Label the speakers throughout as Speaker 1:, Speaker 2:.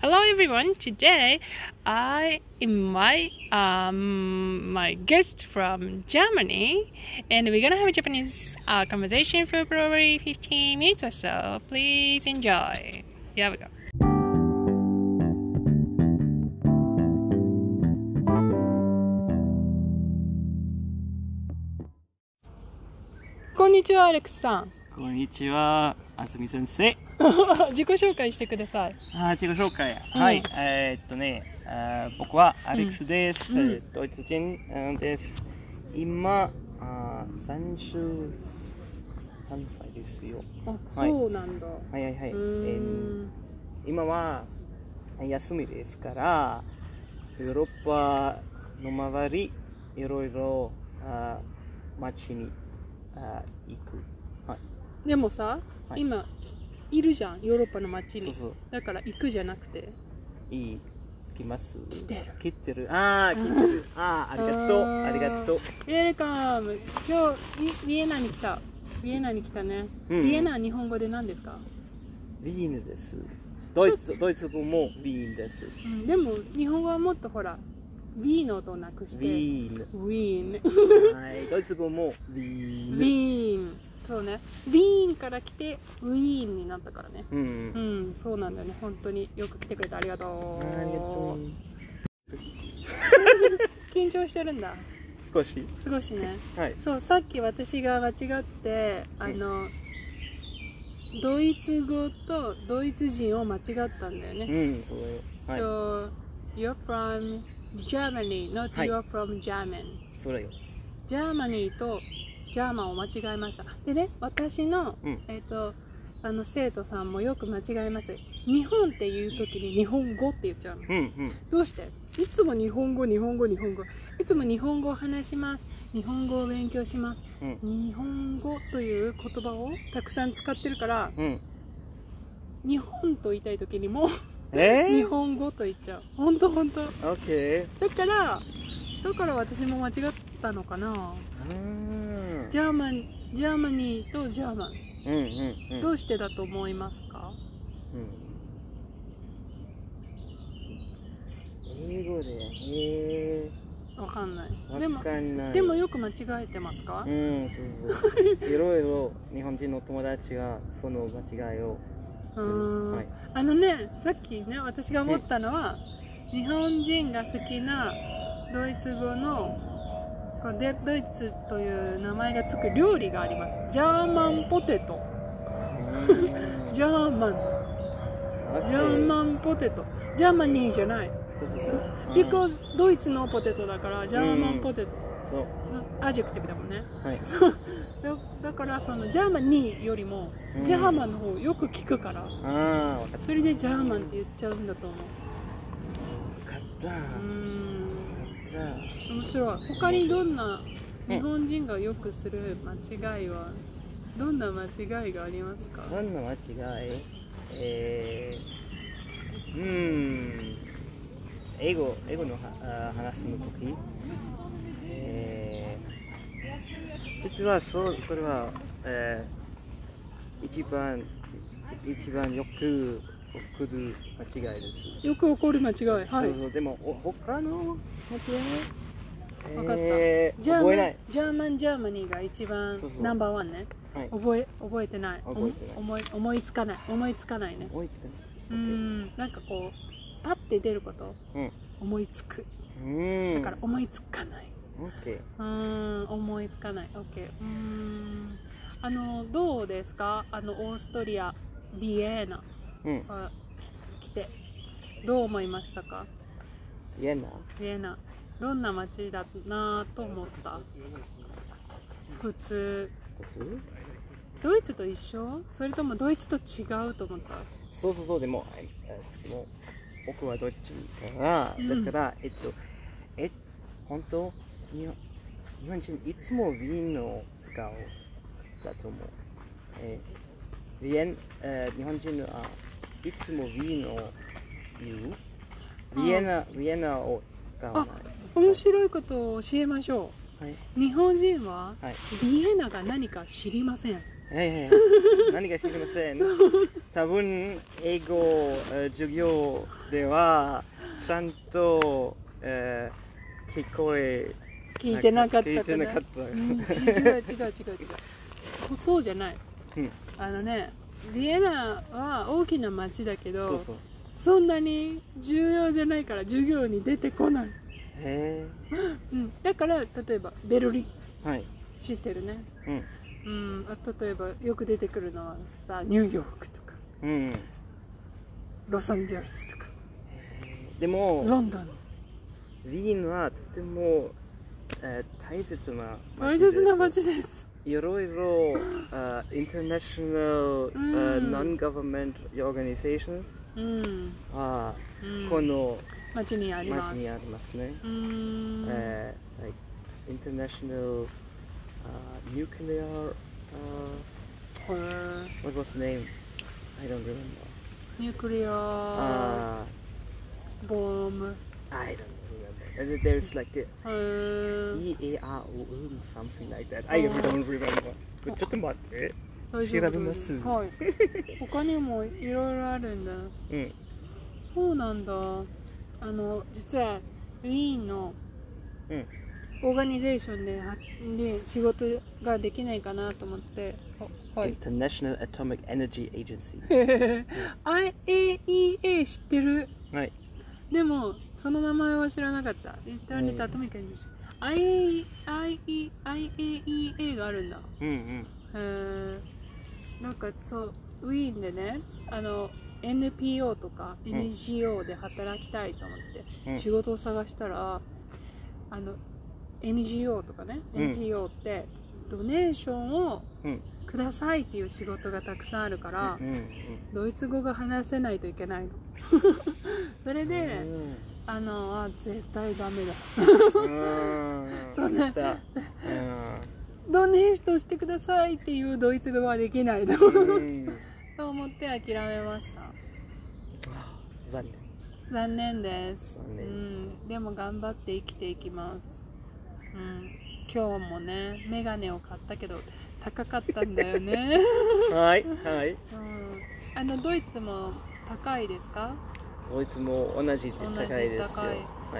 Speaker 1: Hello everyone. Today, I invite um, my guest from Germany, and we're gonna have a Japanese uh, conversation for probably 15 minutes or so. Please enjoy. Here we go. こんにちは、アレックスさん。
Speaker 2: こんにちは、あすみ先生。
Speaker 1: 自己紹介してください。
Speaker 2: あー、自己紹介。
Speaker 1: うん
Speaker 2: はい、えーっとね、あー僕はアレックスです。
Speaker 1: うん
Speaker 2: えードイツ人うんです。今、あー33歳ですよ。
Speaker 1: あ、そうなんだ。
Speaker 2: はいはいはい。え
Speaker 1: うー
Speaker 2: ー
Speaker 1: ん
Speaker 2: 今は休みですから、ヨーロッパの周り、いろいろあー街にあー行く。はい。
Speaker 1: でもさ、
Speaker 2: はい
Speaker 1: 今いるじゃんヨーロッパの街に
Speaker 2: そうそう。
Speaker 1: だから行くじゃなくて
Speaker 2: いい来ます
Speaker 1: 来てる
Speaker 2: 切ってるああ切ってるああありがと
Speaker 1: あー
Speaker 2: うありがとう
Speaker 1: ウェルカム今日ビエナに来たビエナに来たね、
Speaker 2: うん
Speaker 1: ビエナは日本語で何ですか、
Speaker 2: ウィーンですドイツドイツ語もウィーンですウ
Speaker 1: うんでも日本語はもっとほら V の音をなくして
Speaker 2: ィー
Speaker 1: ウィーン
Speaker 2: ンはいドイツ語もウィ
Speaker 1: ウ
Speaker 2: ーン
Speaker 1: ィーンそうねウィーンから来てウィーンになったからね
Speaker 2: う
Speaker 1: うんんそうなんだよね本当によく来てくれてありがと
Speaker 2: あ
Speaker 1: う
Speaker 2: りがとう
Speaker 1: 緊張してるんだ
Speaker 2: 少し
Speaker 1: すごいしね
Speaker 2: はい
Speaker 1: そうさっき私が間違ってあの、ドイツ語とドイツ人を間違ったんだよ
Speaker 2: う
Speaker 1: ね、
Speaker 2: んそうだよは
Speaker 1: So you're from Germany not
Speaker 2: はい
Speaker 1: you're from German
Speaker 2: いそれよ
Speaker 1: ジャーマニーとジャーマンを間違えましたでね私の、
Speaker 2: うん
Speaker 1: えっ、とあの生徒さんもよく間違えます日本っていう時に日本語って言っちゃうの
Speaker 2: うんうん
Speaker 1: どうしていつも日本語日本語日本語いつも日本語を話します日本語を勉強します
Speaker 2: うん
Speaker 1: 日本語という言葉をたくさん使ってるから
Speaker 2: うん
Speaker 1: 日本と言いたい時にも
Speaker 2: え
Speaker 1: 日
Speaker 2: ー
Speaker 1: 本語と言っちゃう本当本当
Speaker 2: オッケー
Speaker 1: だからだから私も間違ったのかな
Speaker 2: あー
Speaker 1: ジャーマンジャーマニーとジャーマン
Speaker 2: うんうんうん
Speaker 1: どうしてだと思いますか
Speaker 2: うん英語でえ
Speaker 1: わかんない
Speaker 2: ー
Speaker 1: で
Speaker 2: わ
Speaker 1: も
Speaker 2: かんない
Speaker 1: でもよく間違えてますか
Speaker 2: うん、そうそういろいろ日本人の友達がその間違いを、
Speaker 1: うーん、
Speaker 2: はい
Speaker 1: あのねさっきね私が思ったのは日本人が好きなドイツ語のこうでドイツという名前がつく料理がありますジャーマンポテトジ
Speaker 2: ゃ
Speaker 1: ャーマンジャーマンポテトジャーマニーじゃない
Speaker 2: そうそうそう
Speaker 1: because ドイツのポテトだからジャーマンポテト
Speaker 2: うんそう
Speaker 1: アジェクティブだもんね
Speaker 2: はい
Speaker 1: だだからそのジャーマニーよりも
Speaker 2: うん
Speaker 1: ジャーマンの方よく聞くから
Speaker 2: ああ分かっ
Speaker 1: それでジャーマンって言っちゃうんだと思う
Speaker 2: た分かった
Speaker 1: うーん
Speaker 2: 分かっ
Speaker 1: 面白い他にどんな日本人がよくする間違いはどんな間違いがありますか
Speaker 2: た何の間違いえー、うん英語英語のはあー話の時えー、実はそうそれは、えー、一番一番よく送る間違いです
Speaker 1: よく起こる間違いは
Speaker 2: そ
Speaker 1: いう
Speaker 2: そうでもお他の間違い
Speaker 1: わかった
Speaker 2: えー
Speaker 1: ジャー
Speaker 2: 覚
Speaker 1: マ
Speaker 2: え
Speaker 1: ン
Speaker 2: ない
Speaker 1: ジャーマンジャーマニーが一番
Speaker 2: そうそう
Speaker 1: ナンバーワンね
Speaker 2: はい
Speaker 1: 覚え覚えてない
Speaker 2: 覚えてない
Speaker 1: 思い思いつかない思いつかないね
Speaker 2: 思いつかないう
Speaker 1: ーんなんかこうパッて出ること
Speaker 2: うん
Speaker 1: 思いつく
Speaker 2: うん
Speaker 1: だから思いつかない
Speaker 2: OK
Speaker 1: うーん思いつかない OK うーんあのどうですかあのオーストリアビエーナ
Speaker 2: うん
Speaker 1: あき来てどう思いましたか
Speaker 2: 嫌な
Speaker 1: ビエナどんな街だなと思った普通
Speaker 2: こと
Speaker 1: ドイツと一緒それともドイツと違うと思った
Speaker 2: そうそうそうでも、ええもう僕はドイツ人から、
Speaker 1: うん
Speaker 2: ですからえっとえ本当日本日本人いつもウィーンの使うだと思う、えーウィーンえー日本人はいつもウィーンを言うウィエナ、ウィエナを使わない
Speaker 1: 面白いことを教えましょ
Speaker 2: はいう
Speaker 1: 日本人は
Speaker 2: はい
Speaker 1: ビエナが何か知りません
Speaker 2: いやいやいや何か知りません多分英語えー授業ではちゃんと、えー聞こえ
Speaker 1: 聞いてなかった
Speaker 2: 聞い
Speaker 1: か
Speaker 2: てな
Speaker 1: な
Speaker 2: かった、
Speaker 1: うん、違う違う違う違うそうそうじゃない
Speaker 2: うん
Speaker 1: あのねビエナは大きな町だけど
Speaker 2: そうそう
Speaker 1: そんなに重要じゃないから授業に出てこない、
Speaker 2: へ
Speaker 1: うん、だから例えばベルリン
Speaker 2: えはい
Speaker 1: 知ってるね
Speaker 2: うん
Speaker 1: うんあ例えばよく出てくるのはさニューヨークとか
Speaker 2: うん
Speaker 1: ロサンゼルスとか
Speaker 2: でも
Speaker 1: ロンドン
Speaker 2: リンはとても、えー大切な
Speaker 1: 大切な
Speaker 2: です
Speaker 1: 町です
Speaker 2: いろいろ、あインターナショ
Speaker 1: う
Speaker 2: ナル、
Speaker 1: ん
Speaker 2: non-government organizations
Speaker 1: うん、
Speaker 2: は、
Speaker 1: うん、
Speaker 2: この
Speaker 1: 町にありま
Speaker 2: 町
Speaker 1: す
Speaker 2: にありますね。
Speaker 1: うーん、
Speaker 2: えー Uh, like international、uh, nuclear、uh,
Speaker 1: これ
Speaker 2: what was the name? I don't remember.
Speaker 1: ニュークリア
Speaker 2: Uh,
Speaker 1: ボーム
Speaker 2: I don't remember. And there's like the E
Speaker 1: へー
Speaker 2: EAROM something like that. I don't remember. ちょっと待って。
Speaker 1: 大丈夫
Speaker 2: 調べます
Speaker 1: はい、他にもいろいろあるんだ
Speaker 2: うん。
Speaker 1: そうなんだあの実はリーンの
Speaker 2: うん
Speaker 1: オーガニゼーションではで仕事ができないかなと思っては
Speaker 2: International Atomic Energy Agency.
Speaker 1: IAEA 知ってる
Speaker 2: はい。
Speaker 1: でもその名前は知らなかったインターネットアトミックエンジン IAEA があるんだ
Speaker 2: うんうん。
Speaker 1: えーなんかそうウィーンでねあの NPO とか
Speaker 2: ん
Speaker 1: NGO で働きたいと思って、
Speaker 2: うん
Speaker 1: 仕事を探したらあの NGO とかね、
Speaker 2: うん
Speaker 1: NPO ってドネーションを
Speaker 2: うん
Speaker 1: くださいっていう仕事がたくさんあるから、
Speaker 2: うんうん。
Speaker 1: ドイツ語が話せないといけない のそれで、
Speaker 2: うん
Speaker 1: あのあ絶対ダメだ
Speaker 2: うん言った。Ah,
Speaker 1: ドネーションしてくださいっていうドイツ語はできないの
Speaker 2: うん。
Speaker 1: と思って諦めました
Speaker 2: Ah, 残念。
Speaker 1: 残念です、
Speaker 2: 残
Speaker 1: う
Speaker 2: 念
Speaker 1: ん、でも頑張って生きていきます、うん、今日もねメガネを買ったけど高かったんだよ ね、
Speaker 2: はいはい。
Speaker 1: うん、あのドイツも高いですか
Speaker 2: ドイツも同じで
Speaker 1: 同
Speaker 2: 高
Speaker 1: じ
Speaker 2: いですよ。
Speaker 1: 高い
Speaker 2: はい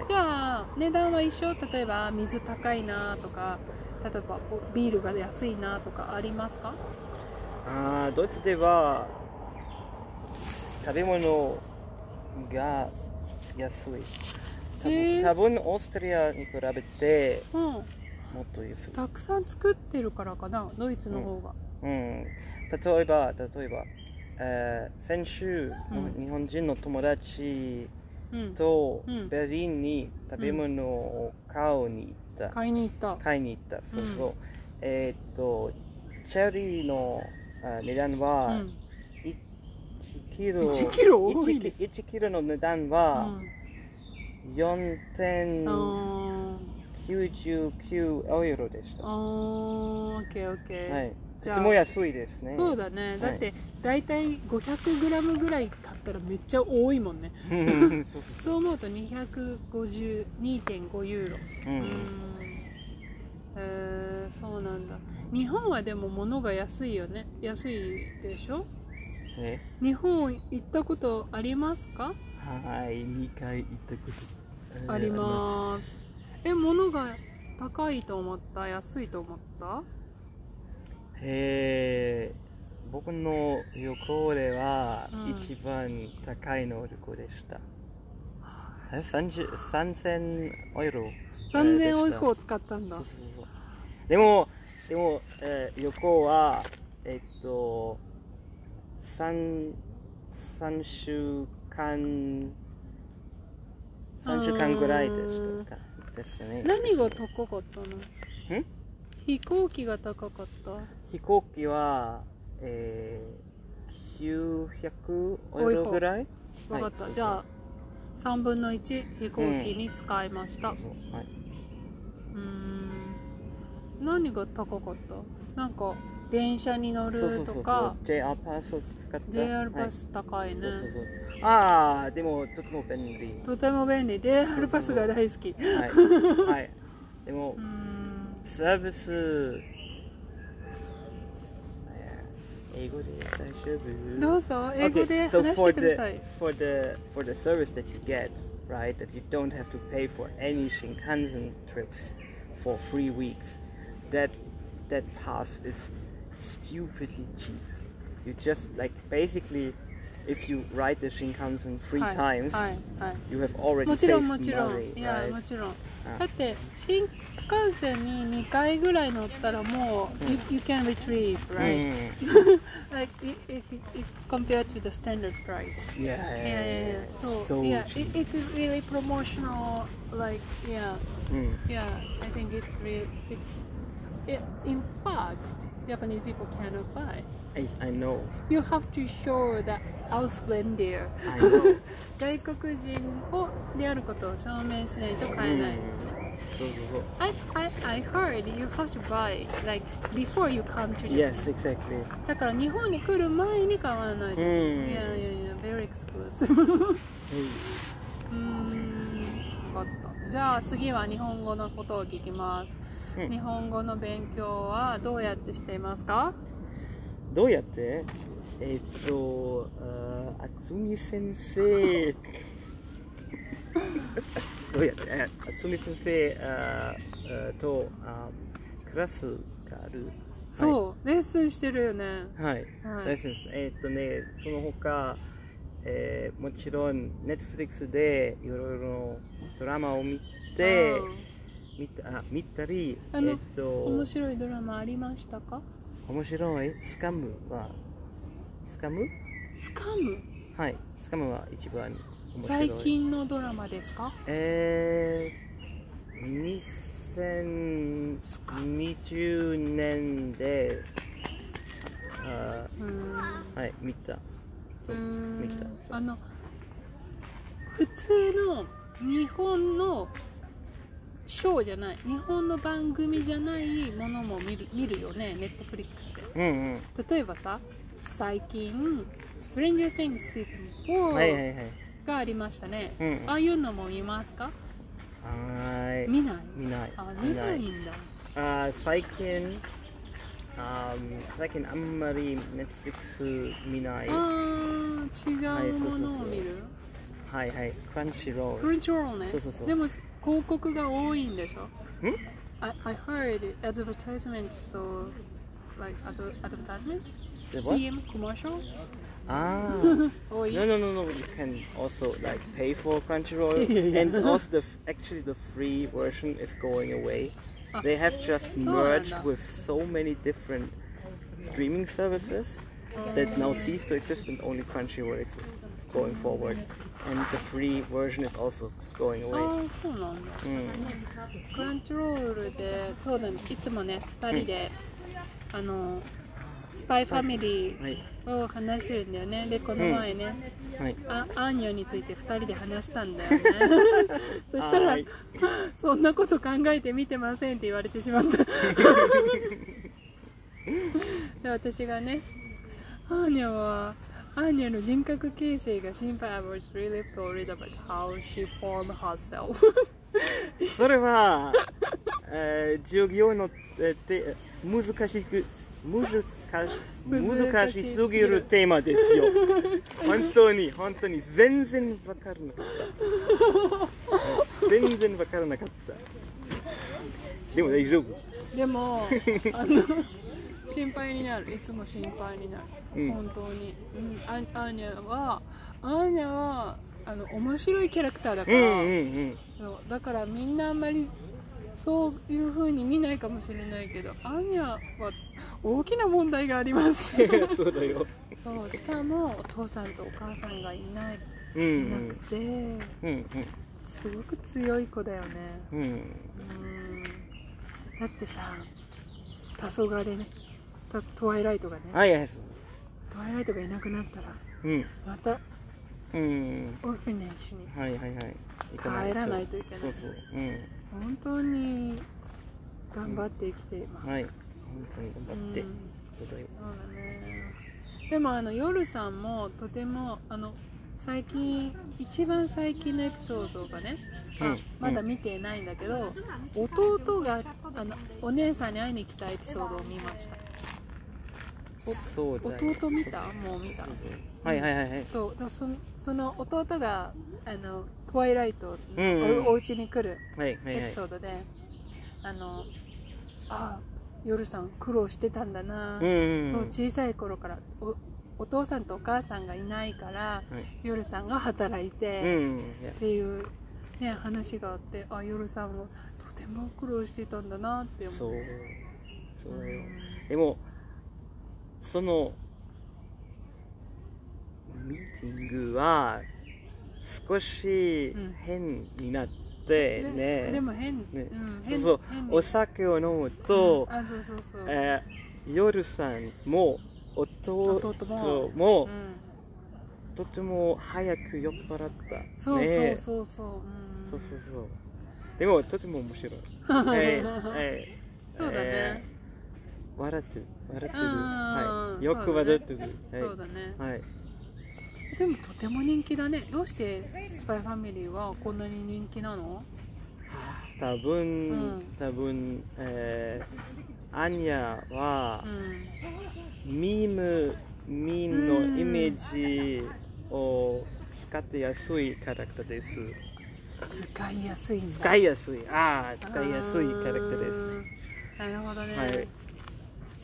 Speaker 1: じ。ゃあ値段は一緒例えば水高いなとか例えばおビールが安いなとかありますか
Speaker 2: ああドイツでは食べ物が安い。多
Speaker 1: へー
Speaker 2: 分多分オーストリアに比べて
Speaker 1: うん
Speaker 2: もっと安い。
Speaker 1: たくさん作ってるからかなドイツの方が、
Speaker 2: うん、例えば例えば、えー先週、
Speaker 1: うん
Speaker 2: 日本人の友達
Speaker 1: うん、
Speaker 2: と
Speaker 1: うん
Speaker 2: ベルリンに食べ物を買うに行った、
Speaker 1: 買いに行った
Speaker 2: 買いに行ったそうそう、えーっとチェリーのあ値段は
Speaker 1: うん
Speaker 2: 1キロ、
Speaker 1: 1キロ多い
Speaker 2: 1
Speaker 1: で
Speaker 2: キ
Speaker 1: す、
Speaker 2: 1キロの値段
Speaker 1: う
Speaker 2: は
Speaker 1: んあ
Speaker 2: 4.99
Speaker 1: ー
Speaker 2: ユーロでした、
Speaker 1: あーオッケーオッケー、
Speaker 2: はい、
Speaker 1: じ
Speaker 2: と
Speaker 1: ゃあ
Speaker 2: ても安いですね
Speaker 1: そうだねだって大体 500g ぐらい買ったらめっちゃ多いもんね
Speaker 2: うんそうそう
Speaker 1: そう思うと252.5ユーロ
Speaker 2: う
Speaker 1: うん
Speaker 2: うん
Speaker 1: んえー、そうなんだ日本はでも物が安いよね安いでしょ
Speaker 2: ね
Speaker 1: 日本行ったことありますか
Speaker 2: はい、2回行ったこと、えー
Speaker 1: あります。え物が高いと思った安いと思った
Speaker 2: ありますえー僕の旅行では
Speaker 1: うん
Speaker 2: 一番高いの旅行でした。え30 3000ユーロ。
Speaker 1: 3000オイ
Speaker 2: で
Speaker 1: フを使ったん
Speaker 2: した
Speaker 1: だ
Speaker 2: そうそうそう。でも、でも、えー旅行は、えっと、3、三週間、3週間ぐらいでしたか。ですね。
Speaker 1: 何が高かったの
Speaker 2: ん
Speaker 1: 飛行機が高かった
Speaker 2: 飛行機は、えー、900オイルぐらい
Speaker 1: わかった、じゃあ3分の1飛行機
Speaker 2: うん
Speaker 1: に使いました
Speaker 2: そうそうはい、
Speaker 1: うーん何が高かったなんか電車に乗
Speaker 2: そうそ
Speaker 1: る
Speaker 2: うそうそ
Speaker 1: と
Speaker 2: う
Speaker 1: か
Speaker 2: JR パスを使った
Speaker 1: JR
Speaker 2: は
Speaker 1: パ
Speaker 2: い
Speaker 1: ス高いね、
Speaker 2: そうそうそうああでもとても便利
Speaker 1: とても便利 JR パスが大好きう
Speaker 2: はいはいでも
Speaker 1: ーん
Speaker 2: サービスえ英語で大丈夫
Speaker 1: どうぞ英語で
Speaker 2: Okay, so
Speaker 1: 話し
Speaker 2: for
Speaker 1: てくだ
Speaker 2: the
Speaker 1: さい。
Speaker 2: for the for the service that you get, right, that you don't have to pay for any Shinkansen trips for three weeks, that that pass is stupidly cheap. You just like basically, if you ride the Shinkansen three
Speaker 1: はい
Speaker 2: times,
Speaker 1: はいはい
Speaker 2: you have already
Speaker 1: もちろん
Speaker 2: saved
Speaker 1: も
Speaker 2: money,
Speaker 1: ちろんいや
Speaker 2: right? Uh,
Speaker 1: もちろん
Speaker 2: あ
Speaker 1: だって新幹線に2回ぐらい乗ったらもう、you, you can retrieve right、
Speaker 2: Mm.
Speaker 1: like i- if, if compared to the standard price
Speaker 2: Yeah, yeah,
Speaker 1: yeah yeah yeah so,
Speaker 2: so
Speaker 1: yeah
Speaker 2: cheap.
Speaker 1: it, it's a really promotional like yeah
Speaker 2: Mm.
Speaker 1: yeah I think it's real it's it, in fact Japanese people cannot buy
Speaker 2: I, I know.
Speaker 1: you have to show that Ausländer
Speaker 2: I know.
Speaker 1: 外国人をであることを証明しないと買えないですね、
Speaker 2: So, so, so.
Speaker 1: I, I, I heard you have to buy like before you come to Japan.
Speaker 2: Yes, exactly.
Speaker 1: だから日本に来る前に買わないと。
Speaker 2: うん
Speaker 1: いやいやいや、very exclusive.
Speaker 2: Mm.
Speaker 1: うーん、わかった。じゃあ次は日本語のことを聞きます。
Speaker 2: うん
Speaker 1: 日本語の勉強はどうやってしていますか
Speaker 2: どうやってえーっと、あーつみ先 生。どうやってえーあつみ先生あーあーとあークラスがある。
Speaker 1: そう、レッスンしてるよね。
Speaker 2: はい。
Speaker 1: はい
Speaker 2: そうですえーっとね、その他、えーもちろん、ネットフリックスでいろいろドラマを見て、見たあ見たり、え
Speaker 1: あの
Speaker 2: ーっ
Speaker 1: うん面
Speaker 2: と、
Speaker 1: 白いドラマありましたか
Speaker 2: 面白いスカムは、スカム
Speaker 1: スカム
Speaker 2: はい、スカムは一番面白い。
Speaker 1: 最近のドラマですか
Speaker 2: えー、
Speaker 1: スカ
Speaker 2: 2020年で、あ
Speaker 1: うーん
Speaker 2: ーはい、見た。
Speaker 1: うーん
Speaker 2: 見た。
Speaker 1: あの普通の日本のショーじゃない日本の番組じゃないものも見る見るよねネットフリックスで
Speaker 2: うんうん。
Speaker 1: 例えばさ最近「Stranger Things Season 4」
Speaker 2: はいはいはい。
Speaker 1: がありましたね、
Speaker 2: うん
Speaker 1: ああいうのも見ますか
Speaker 2: はーい。
Speaker 1: 見ない
Speaker 2: 見ない。
Speaker 1: あ見ないんだ
Speaker 2: あー最近、あー最近あんまり um, Netflix 見ない。
Speaker 1: あ
Speaker 2: は
Speaker 1: ー違うものを見る、
Speaker 2: いはい。クランチロー
Speaker 1: ク
Speaker 2: ル。
Speaker 1: リンチョロールね
Speaker 2: そうそうそう
Speaker 1: でも広告が多いんでしょ
Speaker 2: ん
Speaker 1: I, I heard advertisement so like ad, advertisement
Speaker 2: The what?
Speaker 1: CM commercial
Speaker 2: あ ー。
Speaker 1: 多い
Speaker 2: Ah. No, no, no, no. You can also like pay for Crunchyroll, and also the f- actually the free version is going away.
Speaker 1: Ah.
Speaker 2: They have just
Speaker 1: So
Speaker 2: merged
Speaker 1: random.
Speaker 2: with so many different streaming services
Speaker 1: Oh.
Speaker 2: that now cease to exist and only Crunchyroll exists going forward. And the free version is also going
Speaker 1: あ
Speaker 2: away.
Speaker 1: あそうなんだ
Speaker 2: Mm.
Speaker 1: クランチロールでそうだねいつもね2人で、あのスパイファミリー
Speaker 2: Right,
Speaker 1: を話してるんだよねでこの前ね、
Speaker 2: right.
Speaker 1: あアーニョについて2人で話したんだ よねそしたら
Speaker 2: はい
Speaker 1: 「 そんなこと考えて見てません」って言われてしまった で私がねアーニョはアーニョの人格形成が心配 I was really worried about how she formed herself
Speaker 2: それは、 えー授業の、えーて難しく難し難しすぎるテーマですよ。本当に本当に全然わからなかっ た。全然わからなかった。でも大丈夫。
Speaker 1: でもあの心配になるいつも心配になる、
Speaker 2: うん
Speaker 1: 本当に、うん、アアーニャはアーニャはあの面白いキャラクターだか
Speaker 2: うん
Speaker 1: ら、
Speaker 2: うん
Speaker 1: そうだからみんなあんまりそういう風に見ないかもしれないけどアーニャは大きな問題があります
Speaker 2: うん。そうだよ。
Speaker 1: そうしかもお父さんとお母さんがいない
Speaker 2: うん
Speaker 1: いなくて、
Speaker 2: うんうん
Speaker 1: すごく強い子だよね
Speaker 2: うんうん。
Speaker 1: うんだってさ黄昏ねたトワイライトがね
Speaker 2: あいやそう。
Speaker 1: トワイライトがいなくなったら
Speaker 2: うん
Speaker 1: また
Speaker 2: うん。
Speaker 1: オルフィネッシュに
Speaker 2: はいはいはい。行
Speaker 1: 帰らないといけない
Speaker 2: そうそう。うん。
Speaker 1: 本当に頑張って生きています、
Speaker 2: はい。本当に頑張って。
Speaker 1: うん
Speaker 2: そうだよ。
Speaker 1: そうだねでもあの夜さんもとてもあの最近一番最近のエピソードがね、
Speaker 2: う
Speaker 1: あ
Speaker 2: ん
Speaker 1: まだ見てないんだけど、弟があのお姉さんに会いに来たエピソードを見ました
Speaker 2: そうだね
Speaker 1: 弟見た
Speaker 2: そう
Speaker 1: もう見た
Speaker 2: そうそうはいはいはいはい
Speaker 1: そうだそのその弟があのトワイライト
Speaker 2: うんうん
Speaker 1: おお家に来る
Speaker 2: はいはい
Speaker 1: エ
Speaker 2: は
Speaker 1: ピ
Speaker 2: い
Speaker 1: ソードで、あのあ夜さん苦労してたんだな、
Speaker 2: うんうん
Speaker 1: も
Speaker 2: う
Speaker 1: うん小さい頃からおお父さんとお母さんがいないから
Speaker 2: はい
Speaker 1: 夜さんが働いて、
Speaker 2: うんうんいや
Speaker 1: っていう、ね、話があってあ夜さんがとても苦労してたんだなって
Speaker 2: そ
Speaker 1: 思
Speaker 2: う
Speaker 1: いました
Speaker 2: そううんでもそのミーティングは少し
Speaker 1: うん
Speaker 2: 変になってね,、
Speaker 1: ねでも変、
Speaker 2: ね
Speaker 1: うん、
Speaker 2: そう
Speaker 1: 変
Speaker 2: そう
Speaker 1: 変に
Speaker 2: お酒を飲むと、
Speaker 1: うんあそうそうそう、
Speaker 2: えー夜さんも弟
Speaker 1: 弟
Speaker 2: も
Speaker 1: も、うん、
Speaker 2: とても早く酔っ払った、
Speaker 1: そうそ
Speaker 2: ね
Speaker 1: うそうそう、うん、
Speaker 2: そうそうそうでもとても面 白い、えーえー
Speaker 1: そうだね
Speaker 2: えー笑ってる笑ってる、
Speaker 1: うんうんうん
Speaker 2: はい、よく笑ってる、
Speaker 1: そうだね、
Speaker 2: はい、はい、
Speaker 1: でもとても人気だねどうしてスパイファミリーはこんなに人気なの
Speaker 2: 多分、
Speaker 1: うん
Speaker 2: 多分、えー、アニャは
Speaker 1: う、ん
Speaker 2: ミームミームの
Speaker 1: うん
Speaker 2: イメージを使ってやすいキャラクターです
Speaker 1: 使いやすいんだ
Speaker 2: 使いやすいああ使いやすいキャラクターです
Speaker 1: あーなるほどね、
Speaker 2: はい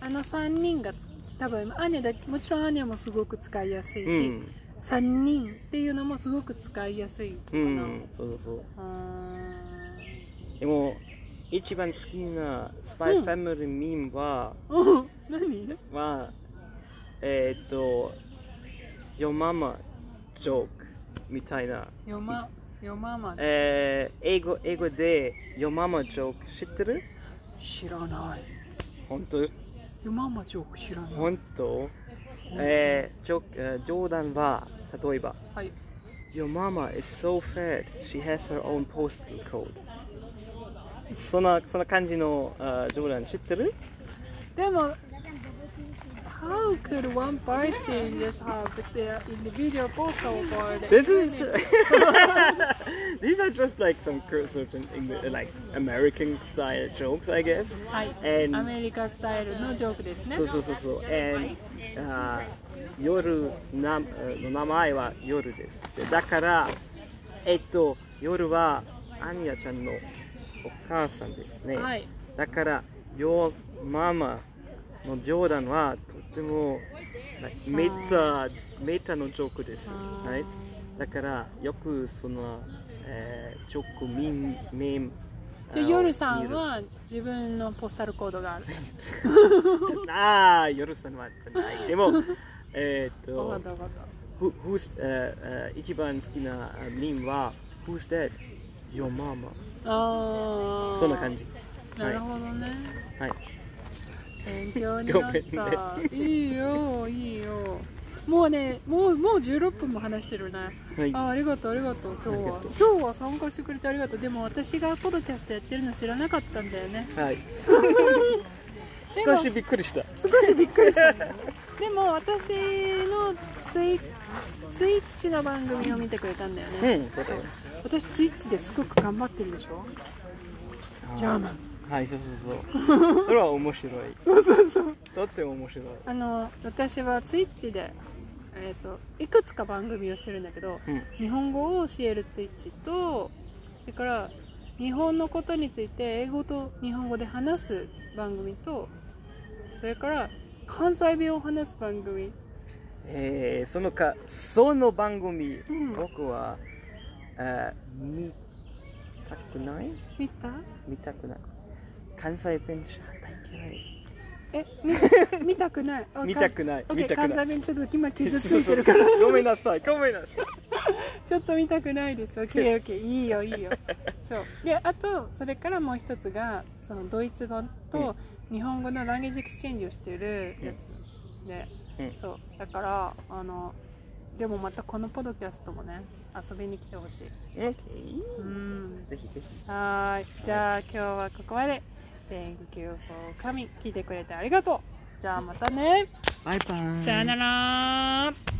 Speaker 1: あの3人がつ多分アーニャだもちろんアーニャもすごく使いやすいうし、
Speaker 2: ん
Speaker 1: 三3人っていうのもすごく使いやすいか
Speaker 2: う
Speaker 1: な、
Speaker 2: んそうそう
Speaker 1: うーん
Speaker 2: でも一番好きなスパイファミリーミームは、
Speaker 1: うん何
Speaker 2: はえーっとよママジョークみたいな
Speaker 1: よまよまま
Speaker 2: えー英語英語でよママジョーク知ってる
Speaker 1: 知らない
Speaker 2: 本当
Speaker 1: よままジョーク知らない
Speaker 2: 本当えー、ジョークえー冗談は例えば
Speaker 1: はい
Speaker 2: Your mama is so fat, she has her own postal code そんなそんな感じのあー冗談知ってる
Speaker 1: でも How could one person just have their individual postal code?
Speaker 2: This is these are just like some cur- certain Engli- like American style jokes, I guess.
Speaker 1: はい、
Speaker 2: And
Speaker 1: アメリカスタイルのジョークですね
Speaker 2: そうそうそうそう。And あー夜なの名前は夜です。でだからえっと夜はアニヤちゃんのお母さんですね。
Speaker 1: はい
Speaker 2: だからよママの冗談はとても like メタメタのジョークです。はい。だからよくその、えー、ジョークミンメン
Speaker 1: じゃあ夜さんは自分のポスタルコードがある。
Speaker 2: ああ、夜さんはじゃな い。でも、えーっ
Speaker 1: わか
Speaker 2: と
Speaker 1: った、わかっ
Speaker 2: who, who's、えー、一番好きなあミームは、Who's that? Your mama。
Speaker 1: た。ああ。
Speaker 2: そんな感じ。
Speaker 1: なるほどね。
Speaker 2: はい。
Speaker 1: 勉強になった。いいよ、いいよ。もうね、もうもう16分も話してるね。
Speaker 2: はい。
Speaker 1: あーありがとう、ありがとう、今日
Speaker 2: あ
Speaker 1: は
Speaker 2: りが。
Speaker 1: 今日は参加してくれてありがとう。でも私がポッドキャストやってるの知らなかったんだよね。
Speaker 2: は い、
Speaker 1: でも
Speaker 2: 少しびっくりした。
Speaker 1: 少しびっくりしたん だよね。でも私のツイツイッチの番組を見てくれたんだよね。
Speaker 2: うん、そうだよ。
Speaker 1: 私ツイッチですごく頑張ってるでしょジャーマン
Speaker 2: はい、そうそうそう。そ れは面白い。そうそうそう。とっても面白い。
Speaker 1: あの私はツイッチで、えー、といくつか番組をしてるんだけど
Speaker 2: うん。
Speaker 1: 日本語を教えるツイッチとそれから日本のことについて英語と日本語で話す番組とそれから関西弁を話す番組
Speaker 2: えー、そのか、その番組、
Speaker 1: ん
Speaker 2: 僕は、あー見たくない
Speaker 1: 見た
Speaker 2: 見たくない。関西弁じゃ大嫌い。
Speaker 1: え見見たくないあ
Speaker 2: 見たくない
Speaker 1: かん
Speaker 2: 見たく
Speaker 1: OK
Speaker 2: ない
Speaker 1: 関西弁ちょっと今傷ついてるから
Speaker 2: ごめんなさい、ごめんなさい。
Speaker 1: ちょっと見たくないです。 オッケーオッケー。いいよいいよ。そう。で、あとそれからもう一つがそのドイツ語と日本語のランゲージエクスチェンジをしてるやつで、
Speaker 2: うん
Speaker 1: そう。だからあのでもまたこのポッドキャストもね遊びに来てほしい。
Speaker 2: オッケ
Speaker 1: うん
Speaker 2: ー。。ぜひぜひ。
Speaker 1: はーい。じゃあ今日はここまで。Thank you for coming. 聞いてくれてありがとう。じゃあまたね。
Speaker 2: バイバイ。
Speaker 3: さよなら